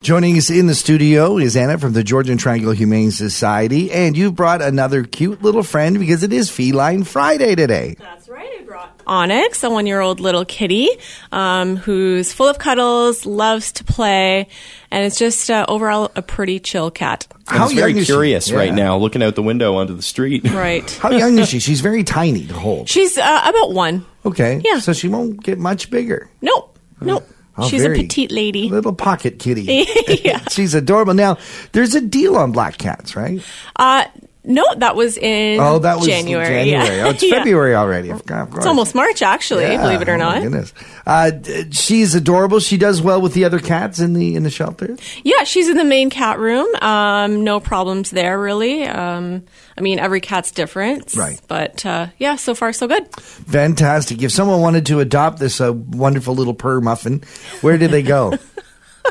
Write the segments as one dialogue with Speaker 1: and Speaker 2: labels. Speaker 1: Joining us in the studio is Anna from the Georgian Triangle Humane Society, and you brought another cute little friend because it is Feline Friday today.
Speaker 2: That's right. I brought Onyx, a one-year-old little kitty um, who's full of cuddles, loves to play, and it's just uh, overall a pretty chill cat.
Speaker 1: How
Speaker 3: I was very
Speaker 1: young is she?
Speaker 3: curious right
Speaker 1: Yeah.
Speaker 3: now, looking out the window onto the street.
Speaker 2: Right.
Speaker 1: How young is she? She's very tiny to hold.
Speaker 2: She's uh, about one.
Speaker 1: Okay.
Speaker 2: Yeah.
Speaker 1: So she won't get much bigger.
Speaker 2: Nope. Nope.
Speaker 1: Oh,
Speaker 2: She's a
Speaker 1: very
Speaker 2: petite lady.
Speaker 1: Little pocket kitty. She's adorable. Now, there's a deal on black cats, right?
Speaker 2: Uh, no, that was in
Speaker 1: Oh, that was
Speaker 2: January.
Speaker 1: January.
Speaker 2: Yeah.
Speaker 1: Oh, it's
Speaker 2: Yeah.
Speaker 1: February already. Of course.
Speaker 2: It's almost March, actually,
Speaker 1: Yeah.
Speaker 2: believe it or
Speaker 1: Oh, my
Speaker 2: not.
Speaker 1: goodness. Uh, d- she's adorable. She does well with the other cats in the in the shelter.
Speaker 2: Yeah, she's in the main cat room. Um, no problems there, really. Um, I mean, every cat's different.
Speaker 1: Right.
Speaker 2: But uh, yeah, so far, so good.
Speaker 1: Fantastic. If someone wanted to adopt this uh, wonderful little purr muffin, where do they go?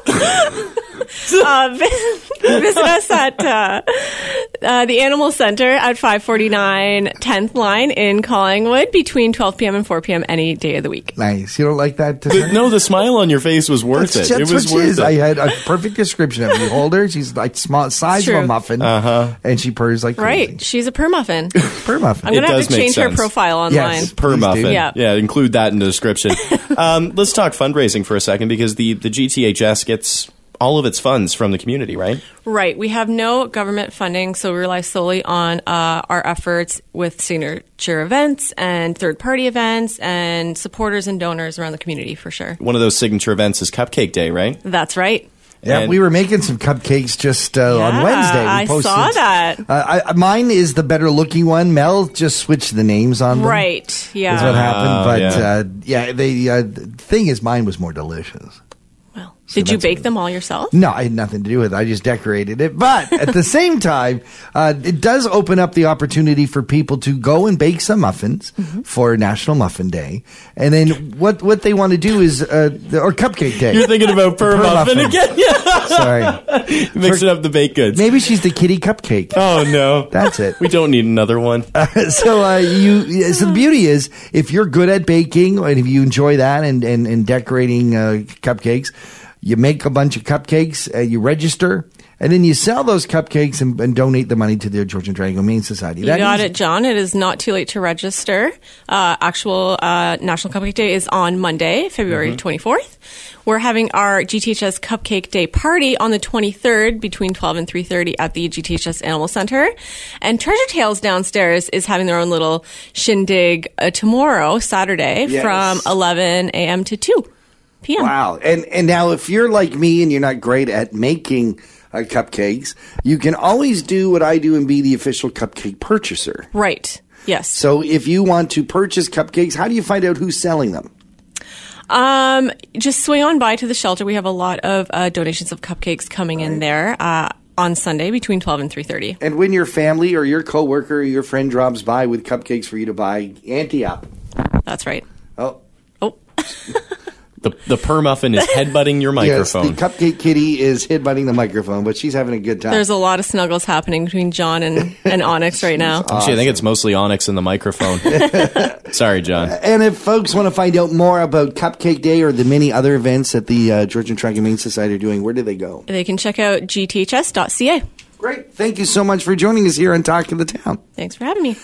Speaker 2: Uh, visit, visit us at uh, uh, the Animal Center at 549 10th Line in Collingwood between 12 p.m. and 4 p.m. any day of the week.
Speaker 1: nice. You don't like that? To
Speaker 3: But no, the smile on your face was worth
Speaker 1: That's,
Speaker 3: it.
Speaker 1: that's
Speaker 3: it was
Speaker 1: what she
Speaker 3: worth
Speaker 1: is.
Speaker 3: it.
Speaker 1: I had a perfect description of you. Hold her. She's like small size of a
Speaker 2: true.
Speaker 1: muffin, uh-huh. and she purrs like crazy.
Speaker 2: Right. She's a per muffin.
Speaker 1: Purr muffin.
Speaker 2: I'm going to have
Speaker 3: does
Speaker 2: to
Speaker 3: make
Speaker 2: change her
Speaker 3: sense.
Speaker 2: profile online.
Speaker 1: Yes.
Speaker 3: per
Speaker 1: Please do.
Speaker 3: muffin.
Speaker 2: Yeah.
Speaker 3: Yeah. include that in the description. um, let's talk fundraising for a second because the, the GTHS gets all of its funds from the community, right?
Speaker 2: Right. We have no government funding, so we rely solely on uh, our efforts with signature events and third party events and supporters and donors around the community for sure.
Speaker 3: One of those signature events is Cupcake Day, right?
Speaker 2: That's right.
Speaker 1: Yeah,
Speaker 3: And-
Speaker 1: we were making some cupcakes just uh, on
Speaker 2: Yeah,
Speaker 1: Wednesday. We
Speaker 2: I saw that.
Speaker 1: Uh, I, mine is the better looking one. Mel just switched the names on them.
Speaker 2: Right.
Speaker 1: Is what
Speaker 2: Yeah.
Speaker 1: happened.
Speaker 3: Oh,
Speaker 1: but
Speaker 3: yeah.
Speaker 1: Uh, yeah, they, uh, the thing is, mine was more delicious.
Speaker 2: Well, did you
Speaker 1: that's
Speaker 2: bake them all yourself?
Speaker 1: No, I had nothing to do with it. I just decorated it. But at the same time, uh, it does open up the opportunity for people to go and bake some muffins for National Muffin Day. And then what, what they want to do is, uh, the, or Cupcake Day.
Speaker 3: You're thinking about per,
Speaker 1: Per
Speaker 3: muffin,
Speaker 1: muffin.
Speaker 3: again? Yeah.
Speaker 1: Sorry.
Speaker 3: Mixing up the baked goods.
Speaker 1: Maybe she's the kitty cupcake.
Speaker 3: Oh, no.
Speaker 1: That's it.
Speaker 3: we don't need another one.
Speaker 1: so uh, you so the beauty is if you're good at baking and if you enjoy that and and, and decorating uh, cupcakes you make a bunch of cupcakes uh, you register and then you sell those cupcakes and, and donate the money to the Georgian Triangle Humane Society.
Speaker 2: You got it, John. It is not too late to register. Uh, actual uh, National Cupcake Day is on Monday, February
Speaker 1: Mm-hmm.
Speaker 2: 24th. We're having our GTHS Cupcake Day party on the 23rd between 12 and 3.30 at the GTHS Animal Center. And Treasure Tales downstairs is having their own little shindig uh, tomorrow, Saturday,
Speaker 1: Yes.
Speaker 2: from 11 a.m. to 2 p.m.
Speaker 1: Wow. And and now if you're like me and you're not great at making uh, cupcakes, you can always do what I do and be the official cupcake purchaser.
Speaker 2: Right. Yes.
Speaker 1: So if you want to purchase cupcakes, how do you find out who's selling them?
Speaker 2: Um, just swing on by to the shelter. We have a lot of uh, donations of cupcakes coming in there uh, on Sunday between twelve and three thirty.
Speaker 1: And when your family or your coworker or your friend drops by with cupcakes for you to buy, ante up.
Speaker 2: That's right.
Speaker 1: Oh,
Speaker 2: Oh,
Speaker 3: The, the per muffin is headbutting your
Speaker 1: yes, the
Speaker 3: microphone.
Speaker 1: cupcake kitty is headbutting the microphone, but she's having a good time.
Speaker 2: there's a lot of snuggles happening between John and, and Onyx right now.
Speaker 3: Actually, I think it's mostly Onyx and the microphone. Sorry, John.
Speaker 1: and if folks want to find out more about Cupcake Day or the many other events that the uh, Georgian Triangle Humane Society are doing, where do they go?
Speaker 2: They can check out gths.ca.
Speaker 1: Great. Thank you so much for joining us here on Talk of the Town.
Speaker 2: Thanks for having me.